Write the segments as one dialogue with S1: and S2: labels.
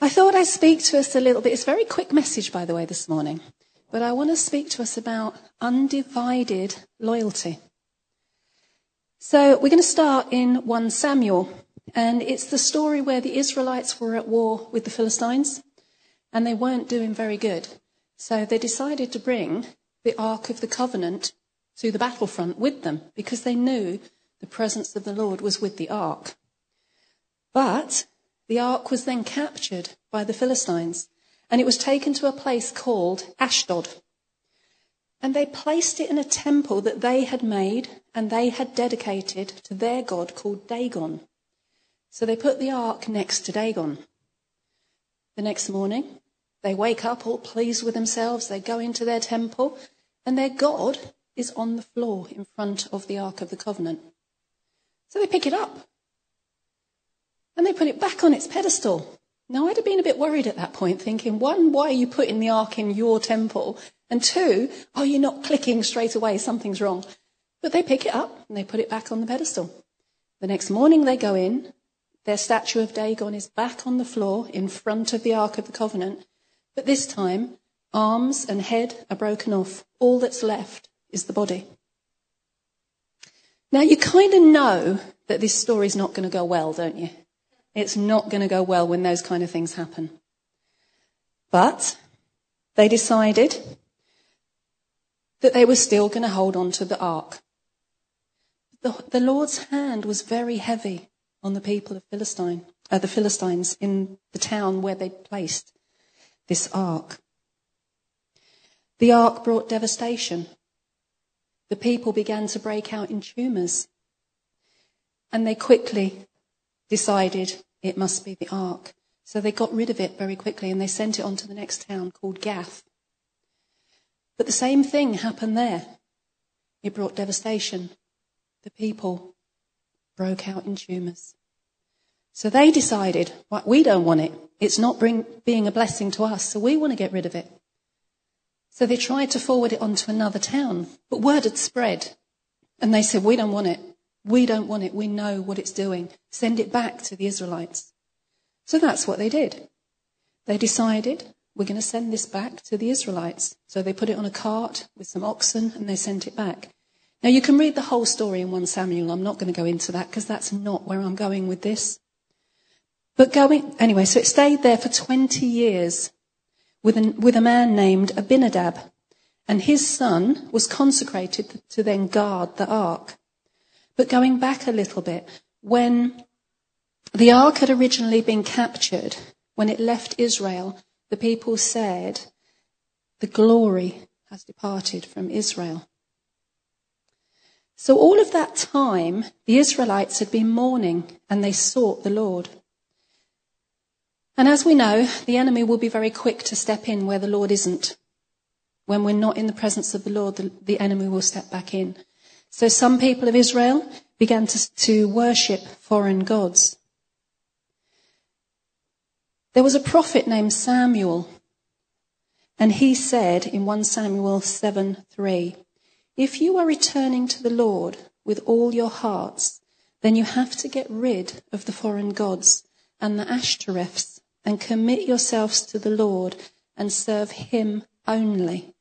S1: I thought I'd speak to us a little bit. It's a very quick message, by the way, this morning. But I want to speak to us about undivided loyalty. So we're going to start in 1 Samuel. And it's the story where the Israelites were at war with the Philistines. And they weren't doing very good. So they decided to bring the Ark of the Covenant to the battlefront with them because they knew the presence of the Lord was with the Ark. But the ark was then captured by the Philistines, and it was taken to a place called Ashdod. And they placed it in a temple that they had made and they had dedicated to their god called Dagon. So they put the ark next to Dagon. The next morning, they wake up all pleased with themselves. They go into their temple, and their god is on the floor in front of the ark of the covenant. So they pick it up and they put it back on its pedestal. Now, I'd have been a bit worried at that point, thinking, one, why are you putting the ark in your temple? And two, are you not clicking straight away? Something's wrong. But they pick it up and they put it back on the pedestal. The next morning they go in, their statue of Dagon is back on the floor in front of the Ark of the Covenant, but this time arms and head are broken off. All that's left is the body. Now, you kind of know that this story's not going to go well, don't you? It's not going to go well when those kind of things happen. But they decided that they were still going to hold on to the ark. The, the Lord's hand was very heavy on the people of Philistine, uh, the Philistines in the town where they placed this ark. The ark brought devastation. The people began to break out in tumors. And they quickly decided it must be the ark. So they got rid of it very quickly and they sent it on to the next town called Gath. But the same thing happened there. It brought devastation. The people broke out in tumors. So they decided, well, we don't want it. It's not bring, being a blessing to us, so we want to get rid of it. So they tried to forward it on to another town, but word had spread. And they said, we don't want it. We don't want it. We know what it's doing. Send it back to the Israelites. So that's what they did. They decided we're going to send this back to the Israelites. So they put it on a cart with some oxen and they sent it back. Now you can read the whole story in 1 Samuel. I'm not going to go into that because that's not where I'm going with this. But going, anyway, so it stayed there for 20 years with, an, with a man named Abinadab. And his son was consecrated to then guard the ark. But going back a little bit, when the ark had originally been captured, when it left Israel, the people said, The glory has departed from Israel. So, all of that time, the Israelites had been mourning and they sought the Lord. And as we know, the enemy will be very quick to step in where the Lord isn't. When we're not in the presence of the Lord, the, the enemy will step back in. So some people of Israel began to, to, worship foreign gods. There was a prophet named Samuel, and he said in 1 Samuel 7 3, If you are returning to the Lord with all your hearts, then you have to get rid of the foreign gods and the Ashtoreths and commit yourselves to the Lord and serve him only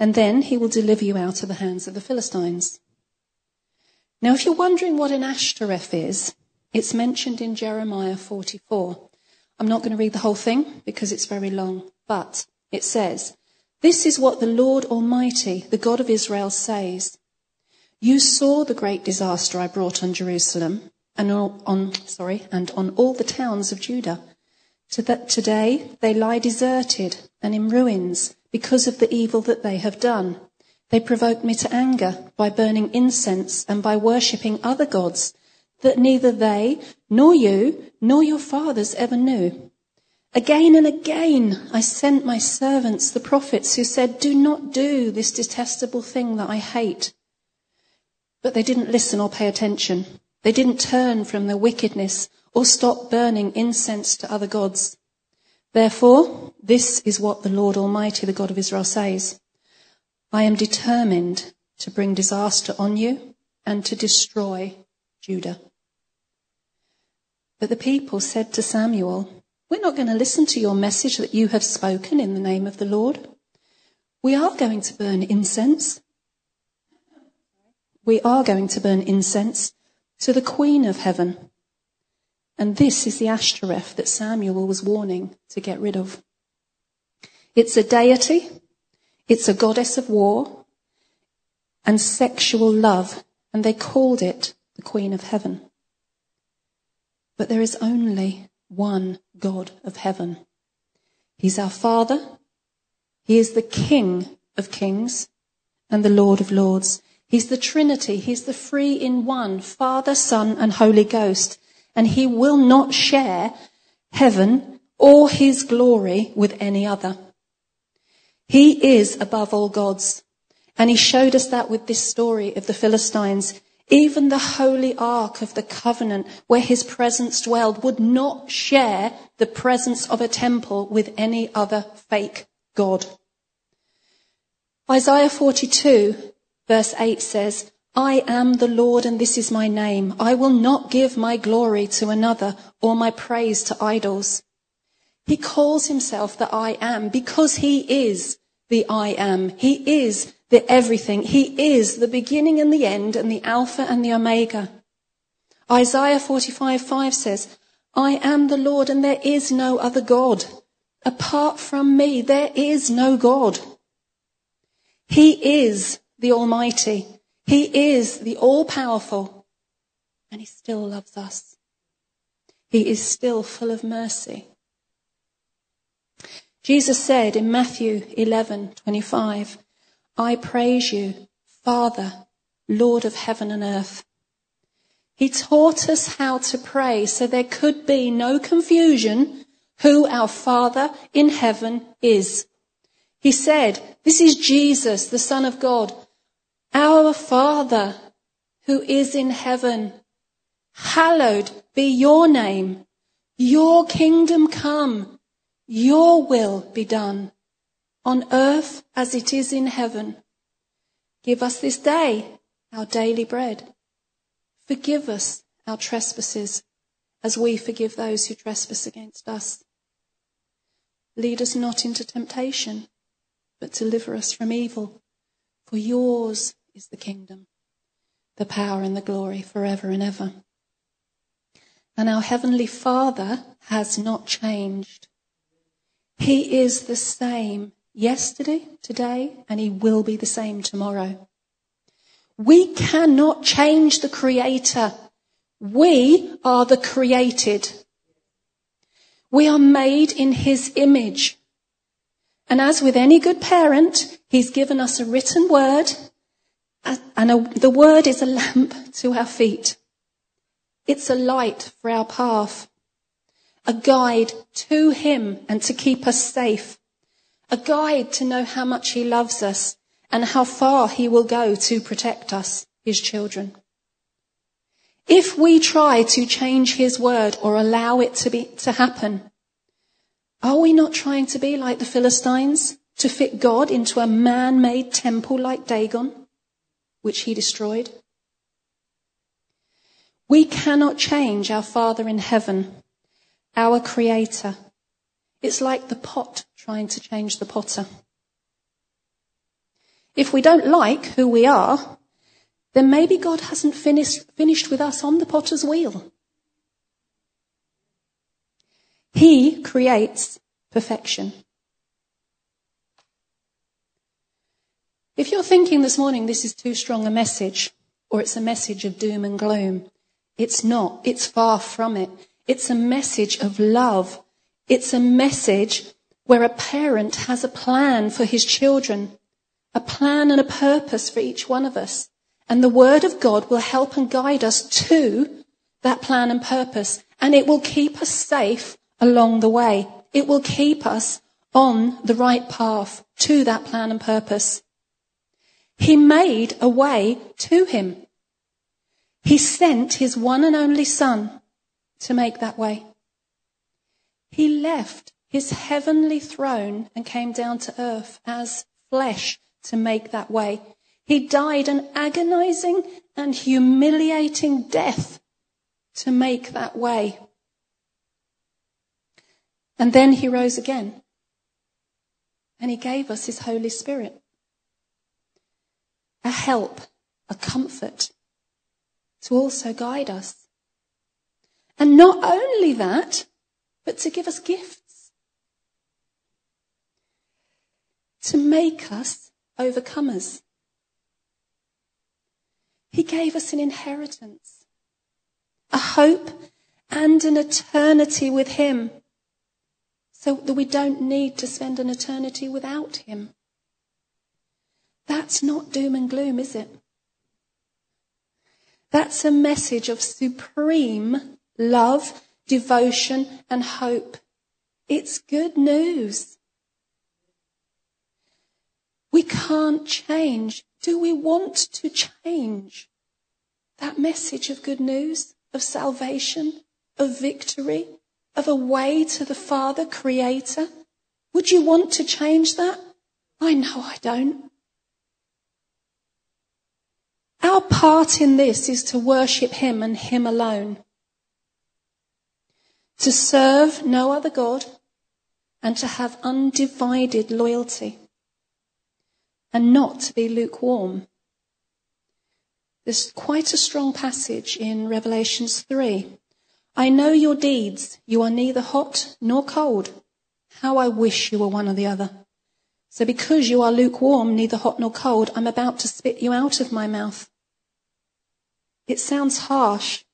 S1: and then he will deliver you out of the hands of the Philistines. Now, if you're wondering what an Ashtoreth is, it's mentioned in Jeremiah 44. I'm not going to read the whole thing because it's very long, but it says, This is what the Lord Almighty, the God of Israel, says. You saw the great disaster I brought on Jerusalem and on, sorry, and on all the towns of Judah. To that today they lie deserted and in ruins because of the evil that they have done. They provoke me to anger by burning incense and by worshipping other gods that neither they, nor you, nor your fathers ever knew. Again and again I sent my servants, the prophets, who said, Do not do this detestable thing that I hate. But they didn't listen or pay attention. They didn't turn from their wickedness or stop burning incense to other gods. Therefore, this is what the Lord Almighty, the God of Israel, says I am determined to bring disaster on you and to destroy Judah. But the people said to Samuel, We're not going to listen to your message that you have spoken in the name of the Lord. We are going to burn incense. We are going to burn incense to the Queen of Heaven. And this is the Ashtoreth that Samuel was warning to get rid of. It's a deity, it's a goddess of war and sexual love, and they called it the Queen of Heaven. But there is only one God of heaven. He's our Father, He is the King of kings and the Lord of lords. He's the Trinity, He's the three in one Father, Son, and Holy Ghost and he will not share heaven or his glory with any other. He is above all gods. And he showed us that with this story of the Philistines. Even the holy ark of the covenant where his presence dwelled would not share the presence of a temple with any other fake god. Isaiah 42 verse 8 says, I am the Lord and this is my name. I will not give my glory to another or my praise to idols. He calls himself the I am because he is the I am. He is the everything. He is the beginning and the end and the Alpha and the Omega. Isaiah 45 5 says, I am the Lord and there is no other God. Apart from me, there is no God. He is the Almighty. He is the all powerful, and He still loves us. He is still full of mercy. Jesus said in Matthew 11:25, "I praise you, Father, Lord of heaven and earth." He taught us how to pray so there could be no confusion who our Father in heaven is. He said, "This is Jesus, the Son of God, our Father who is in heaven, hallowed be your name. Your kingdom come. Your will be done on earth as it is in heaven. Give us this day our daily bread. Forgive us our trespasses as we forgive those who trespass against us. Lead us not into temptation, but deliver us from evil. For yours is the kingdom, the power, and the glory forever and ever. And our Heavenly Father has not changed. He is the same yesterday, today, and He will be the same tomorrow. We cannot change the Creator. We are the created. We are made in His image. And as with any good parent, he's given us a written word, and a, the word is a lamp to our feet. It's a light for our path, a guide to him and to keep us safe, a guide to know how much he loves us and how far he will go to protect us, his children. If we try to change his word or allow it to be, to happen, are we not trying to be like the Philistines, to fit God into a man made temple like Dagon, which he destroyed? We cannot change our Father in heaven, our Creator. It's like the pot trying to change the potter. If we don't like who we are, then maybe God hasn't finished, finished with us on the potter's wheel. He creates perfection. If you're thinking this morning this is too strong a message, or it's a message of doom and gloom, it's not. It's far from it. It's a message of love. It's a message where a parent has a plan for his children, a plan and a purpose for each one of us. And the Word of God will help and guide us to that plan and purpose, and it will keep us safe along the way. It will keep us on the right path to that plan and purpose. He made a way to him. He sent his one and only son to make that way. He left his heavenly throne and came down to earth as flesh to make that way. He died an agonizing and humiliating death to make that way. And then he rose again. And he gave us his Holy Spirit. A help, a comfort to also guide us. And not only that, but to give us gifts. To make us overcomers. He gave us an inheritance, a hope and an eternity with Him so that we don't need to spend an eternity without Him. That's not doom and gloom, is it? That's a message of supreme love, devotion, and hope. It's good news. We can't change. Do we want to change that message of good news, of salvation, of victory, of a way to the Father, Creator? Would you want to change that? I know I don't. Our part in this is to worship Him and Him alone. To serve no other God and to have undivided loyalty and not to be lukewarm. There's quite a strong passage in Revelations 3. I know your deeds. You are neither hot nor cold. How I wish you were one or the other. So because you are lukewarm, neither hot nor cold, I'm about to spit you out of my mouth. It sounds harsh,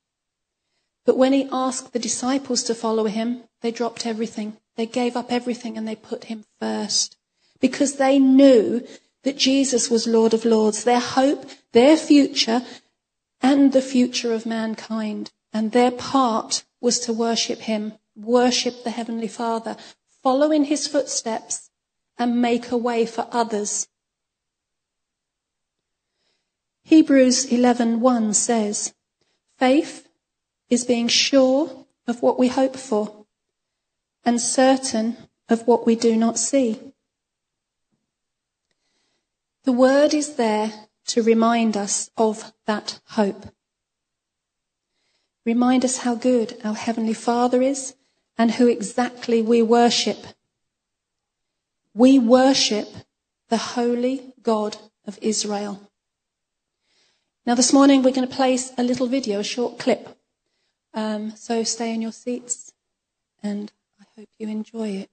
S1: but when he asked the disciples to follow him, they dropped everything. They gave up everything and they put him first because they knew that Jesus was Lord of Lords, their hope, their future, and the future of mankind. And their part was to worship him, worship the Heavenly Father, follow in his footsteps, and make a way for others. Hebrews 11:1 says, "Faith is being sure of what we hope for and certain of what we do not see." The word is there to remind us of that hope. Remind us how good our Heavenly Father is and who exactly we worship. We worship the Holy God of Israel. Now, this morning we're going to place a little video, a short clip. Um, so stay in your seats and I hope you enjoy it.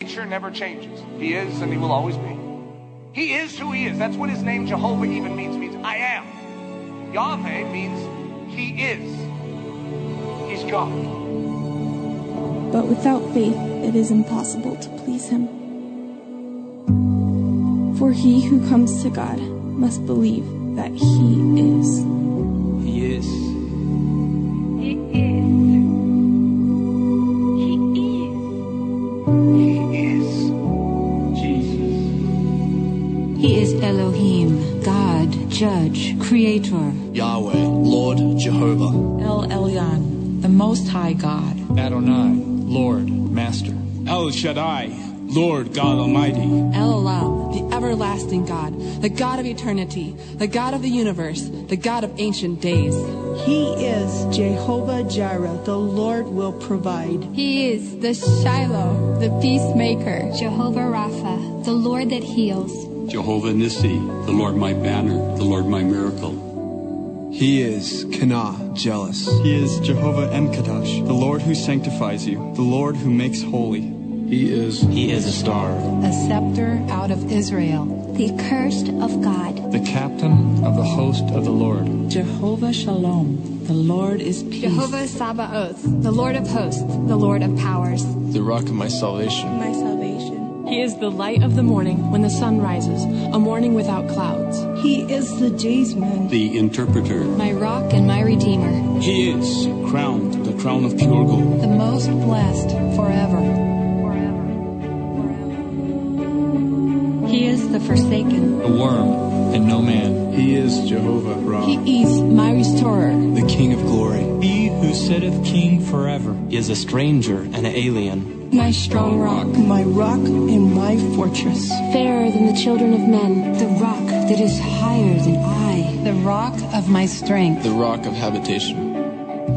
S2: nature never changes. He is and he will always be. He is who he is. That's what his name Jehovah even means. It means I am. Yahweh means he is. He's God.
S3: But without faith, it is impossible to please him. For he who comes to God must believe that he is,
S4: He is.
S5: He is. He is.
S2: He is.
S4: Jesus.
S6: He is Elohim, God, Judge, Creator,
S4: Yahweh, Lord Jehovah.
S7: El Elyon, the Most High God.
S8: Adonai, Lord, Master. El Shaddai, Lord God Almighty.
S7: El Olam, the everlasting God, the God of eternity, the God of the universe, the God of ancient days.
S9: He is Jehovah Jireh, the Lord will provide.
S10: He is the Shiloh, the peacemaker.
S5: Jehovah Rapha, the Lord that heals.
S8: Jehovah Nissi, the Lord my banner, the Lord my miracle.
S11: He is Kana, jealous.
S12: He is Jehovah Emkadosh, the Lord who sanctifies you, the Lord who makes holy.
S8: He is. He is a star.
S7: A scepter out of Israel.
S5: The accursed of God.
S8: The captain of the host of the Lord.
S7: Jehovah Shalom, the Lord is peace.
S10: Jehovah Sabaoth, the Lord of hosts, the Lord of powers.
S4: The rock of my salvation.
S3: my salvation.
S7: He is the light of the morning when the sun rises, a morning without clouds.
S9: He is the days man.
S8: The interpreter.
S5: My rock and my redeemer.
S8: He is crowned, the crown of pure gold.
S7: The most blessed forever.
S6: He is the Forsaken.
S4: A worm and no man.
S8: He is Jehovah Ra.
S7: He is my restorer.
S11: The King of glory.
S4: He who sitteth king forever. Is a stranger and an alien.
S10: My strong rock,
S9: My rock and my fortress.
S10: fairer than the children of men.
S6: The rock that is higher than I.
S7: The rock of my strength.
S4: The rock of habitation.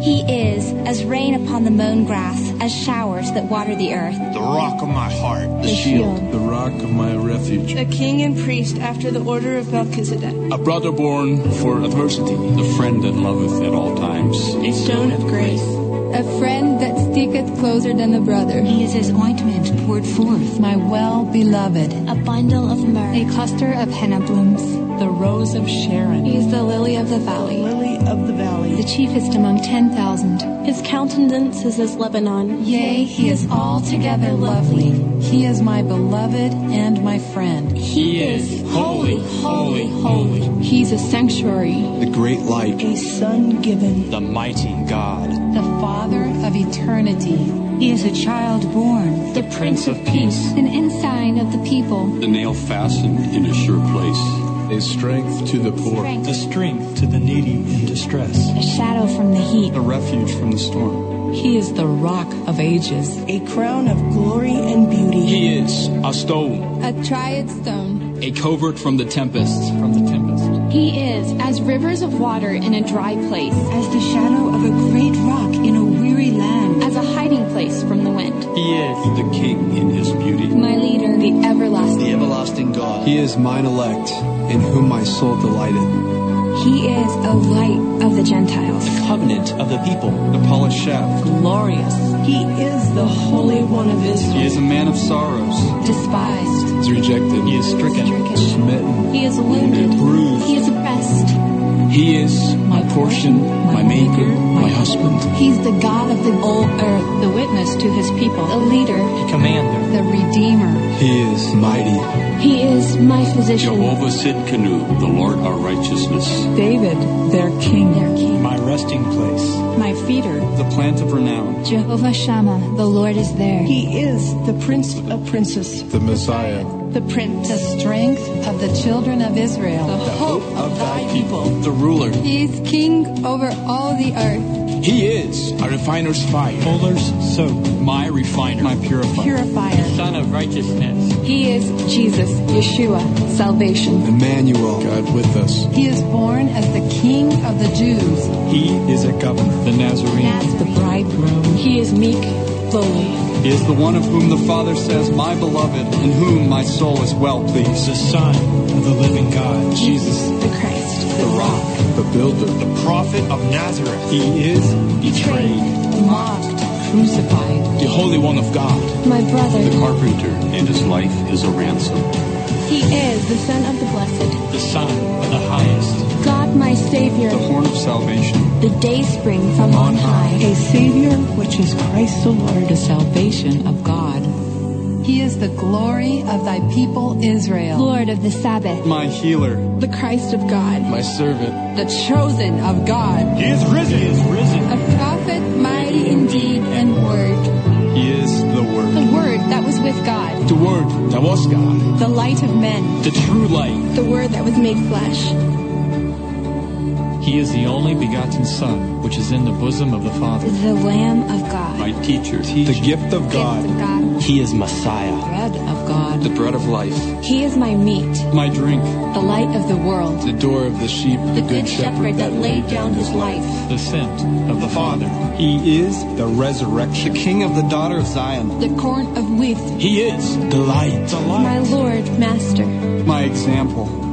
S5: He is as rain upon the mown grass, as showers that water the earth.
S13: The rock of my heart.
S14: The, shield. The rock of my refuge.
S15: A king and priest after the order of Melchizedek.
S16: A brother born for adversity.
S17: The friend that loveth at all times.
S15: A stone of grace.
S18: A friend that sticketh closer than a brother.
S6: He is as ointment poured forth. My well beloved.
S5: A bundle of myrrh.
S3: A cluster of henna blooms.
S6: The rose of Sharon.
S3: He is the lily of the valley.
S9: The lily of the valley.
S3: The chiefest among ten thousand.
S19: His countenance is as Lebanon.
S6: Yea, he is altogether lovely. He is my beloved and my friend.
S17: He is holy, holy, holy.
S3: He is a sanctuary.
S20: The great light.
S9: A sun given.
S17: The mighty God.
S6: The Father of eternity.
S18: He is a child born.
S17: The Prince of Peace.
S5: An ensign of the people.
S17: The nail fastened in a sure place.
S14: A strength to the poor.
S7: Strength. A strength to the needy in distress.
S5: A shadow from the heat.
S21: A refuge from the storm.
S6: He is the rock of ages.
S9: A crown of glory and beauty.
S16: He is a stone.
S3: A triad stone.
S16: A covert from the tempest.
S21: From the tempest.
S3: He is as rivers of water in a dry place.
S6: As the shadow of a great rock in a weary land.
S3: As a hiding place from the wind.
S17: He is the king in his beauty.
S3: My leader. The everlasting.
S13: The everlasting God.
S20: He is mine elect in whom my soul delighted.
S5: He is a light of the Gentiles,
S7: the covenant of the people,
S21: the polished shaft,
S6: glorious.
S9: He is the Holy One of Israel.
S21: He is a man of sorrows,
S6: despised,
S20: is rejected.
S21: He is stricken,
S20: stricken. smitten.
S5: He is wounded,
S21: bruised.
S5: He is oppressed.
S16: He is my portion, my maker, my husband.
S6: He's the God of the whole earth, the witness to his people,
S5: the leader,
S7: the commander,
S6: the redeemer.
S20: He is mighty.
S5: He is my physician.
S17: Jehovah Sidkenu, the Lord our righteousness.
S6: David, their king.
S5: Their king.
S7: My resting place.
S6: My feeder.
S21: The plant of renown.
S5: Jehovah Shammah, the Lord is there.
S9: He is the prince of princes.
S14: The Messiah.
S9: The prince.
S6: The strength of the children of Israel.
S9: The, the hope of, of thy people. people.
S21: The ruler.
S3: He is king over all the earth.
S16: He is a refiner's fire.
S7: Fuller's soap.
S16: My refiner.
S21: My purifier.
S6: Purifier.
S16: Son of righteousness.
S3: He is Jesus, Yeshua, salvation.
S20: Emmanuel.
S14: God with us.
S6: He is born as the King of the Jews.
S21: He is a governor.
S16: The Nazarene.
S6: Nazarene. The bridegroom.
S3: He is meek, lowly.
S21: He is the one of whom the Father says, My beloved, in whom my soul is well pleased.
S7: The Son of the living God,
S21: Jesus,
S3: the Christ,
S21: the, the rock,
S14: the builder,
S13: the prophet of Nazareth.
S21: He is betrayed,
S6: mocked, crucified,
S16: the Holy One of God,
S5: my brother,
S17: the carpenter, and his life is a ransom.
S5: He is the Son of the Blessed,
S16: the Son of the Highest.
S5: God, my Savior,
S21: the horn of salvation
S5: the day spring from on high.
S9: A Savior, which is Christ the Lord,
S6: the salvation of God. He is the glory of thy people Israel,
S5: Lord of the Sabbath,
S21: my healer,
S3: the Christ of God,
S21: my servant,
S6: the chosen of God.
S13: He is risen,
S16: he is risen,
S3: a prophet mighty in deed and word.
S21: He is the Word,
S3: the Word that was with God,
S21: the Word that was God,
S3: the light of men,
S16: the true light,
S3: the Word that was made flesh.
S7: He is the only begotten Son, which is in the bosom of the Father.
S5: The Lamb of God.
S17: My teacher.
S21: teacher. The gift of, God.
S5: gift of God.
S7: He is Messiah.
S6: Bread of God.
S21: The bread of life.
S5: He is my meat.
S21: My drink.
S5: The light of the world.
S14: The door of the sheep.
S5: The, the good, good shepherd, shepherd that laid down his life.
S7: The scent of the Father.
S21: He is the resurrection.
S16: The king of the daughter of Zion.
S3: The corn of wheat.
S16: He is the light. The light.
S5: My Lord, Master.
S21: My example.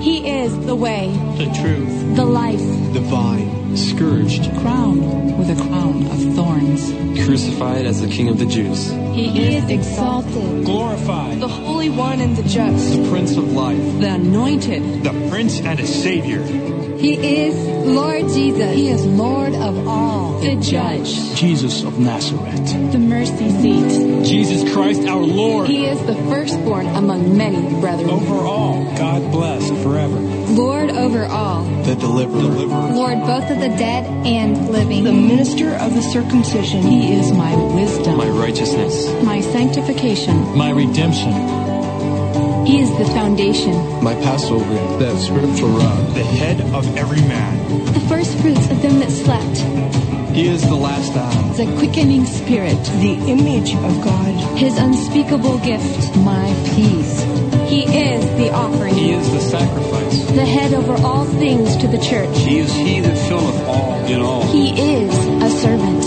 S5: He is the way,
S16: the truth,
S5: the life,
S21: the vine, scourged,
S6: crowned with a crown of thorns,
S21: crucified as the King of the Jews.
S3: He, he is exalted,
S16: glorified,
S3: the Holy One and the Just,
S21: the Prince of Life,
S6: the Anointed,
S13: the Prince and a Savior.
S3: He is Lord Jesus.
S6: He is Lord of all.
S3: The Judge.
S16: Jesus of Nazareth.
S3: The mercy seat.
S16: Jesus Christ our Lord.
S3: He is the firstborn among many brethren.
S7: Over all, God blessed forever.
S3: Lord over all.
S20: The deliverer. deliverer.
S3: Lord both of the dead and living.
S9: The minister of the circumcision.
S6: He is my wisdom.
S16: My righteousness.
S3: My sanctification.
S7: My redemption.
S3: He is the foundation.
S14: My Passover, that spiritual rock.
S13: The head of every man.
S5: The first fruits of them that slept.
S21: He is the last hour.
S6: The quickening spirit.
S9: The image of God.
S5: His unspeakable gift.
S6: My peace.
S5: He is the offering.
S21: He is the sacrifice.
S5: The head over all things to the church.
S17: He is he that filleth all in all.
S5: He is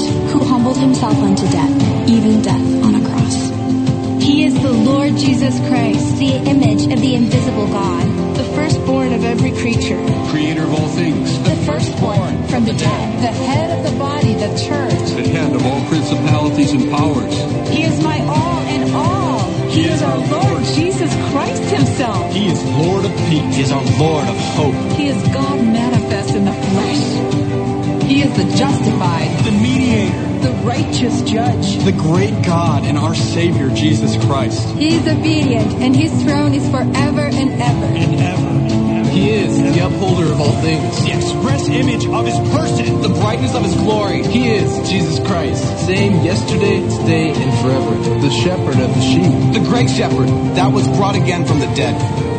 S5: himself unto death, even death on a cross.
S10: He is the Lord Jesus Christ,
S5: the image of the invisible God,
S22: the firstborn of every creature,
S23: creator of all things,
S5: the firstborn from the dead,
S6: the head of the body, the church,
S23: the head of all principalities and powers.
S10: He is my all and all.
S6: He is our Lord Jesus Christ Himself.
S24: He is Lord of peace.
S4: He is our Lord of hope.
S6: He is God manifest in the flesh. He is the justified,
S24: the mediator,
S6: the righteous judge,
S12: the great God and our Savior Jesus Christ.
S25: He is obedient, and His throne is forever and ever.
S24: And ever.
S26: He is the upholder of all things,
S24: the express image of his person,
S26: the brightness of his glory. He is Jesus Christ, same yesterday, today, and forever. The shepherd of the sheep,
S24: the great shepherd that was brought again from the dead.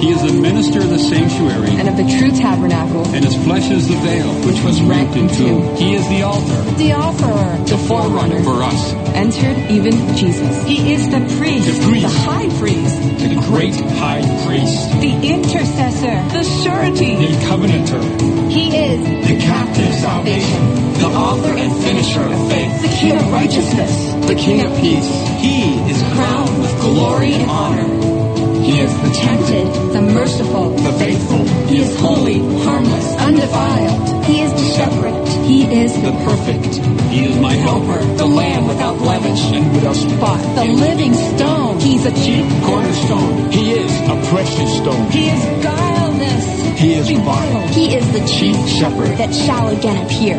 S23: He is the minister of the sanctuary
S6: and of the true tabernacle,
S23: and his flesh is the veil
S6: which was rent in two.
S23: He is the altar,
S6: the offerer,
S23: the, the forerunner for us.
S6: Entered even Jesus.
S10: He is the priest,
S23: the, priest,
S10: the high priest,
S23: the, the great high priest,
S10: the intercessor,
S6: the surety,
S23: the covenanter.
S10: He is
S21: the captive salvation, the author and finisher of faith,
S10: the king of righteousness,
S21: the king of peace. He is crowned with glory and honor.
S10: He is the tempted, the merciful,
S21: the faithful.
S10: He is holy, harmless, undefiled.
S5: He is the shepherd.
S10: He is
S21: the perfect.
S23: He is my helper,
S21: the lamb without blemish
S23: and without spot,
S10: the living stone.
S21: He's a chief cornerstone. He is a precious stone.
S10: He is guileless.
S21: He is vile.
S5: He is the chief
S21: shepherd
S5: that shall again appear.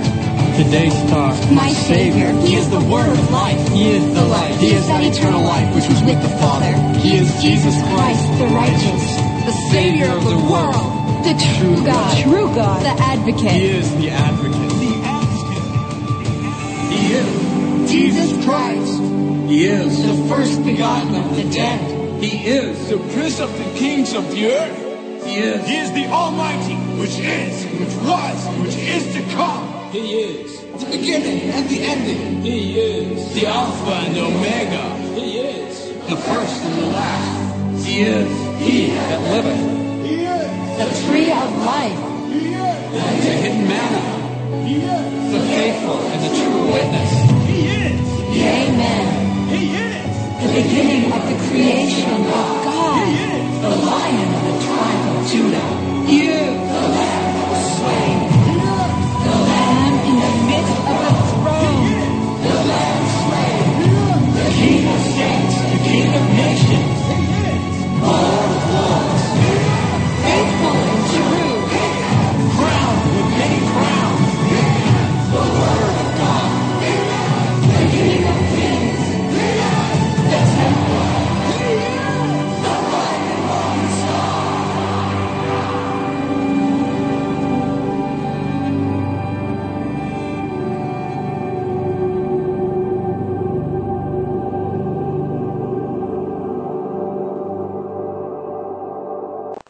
S21: Today's talk,
S5: my Savior.
S21: He is the word of life. He is the life.
S5: He is that eternal life
S21: which was with the Father. He is Jesus Christ,
S5: the righteous,
S21: the Savior of the world,
S5: the true God,
S10: the true God,
S5: the Advocate.
S21: He is the Advocate.
S2: The Advocate.
S21: He is Jesus Christ.
S2: He is
S21: the first begotten of the dead.
S2: He is
S21: the Prince of the kings of the earth.
S2: He is.
S21: He is the Almighty, which is, which was, which is to come.
S2: He is
S21: the beginning and the ending.
S2: He is
S21: the Alpha and the Omega.
S2: He is
S21: the first and the last.
S2: He is
S21: He that liveth.
S2: He is
S10: the tree of life.
S2: He is
S21: the hidden manna.
S2: He is
S21: the faithful and the true witness.
S2: He is.
S21: He is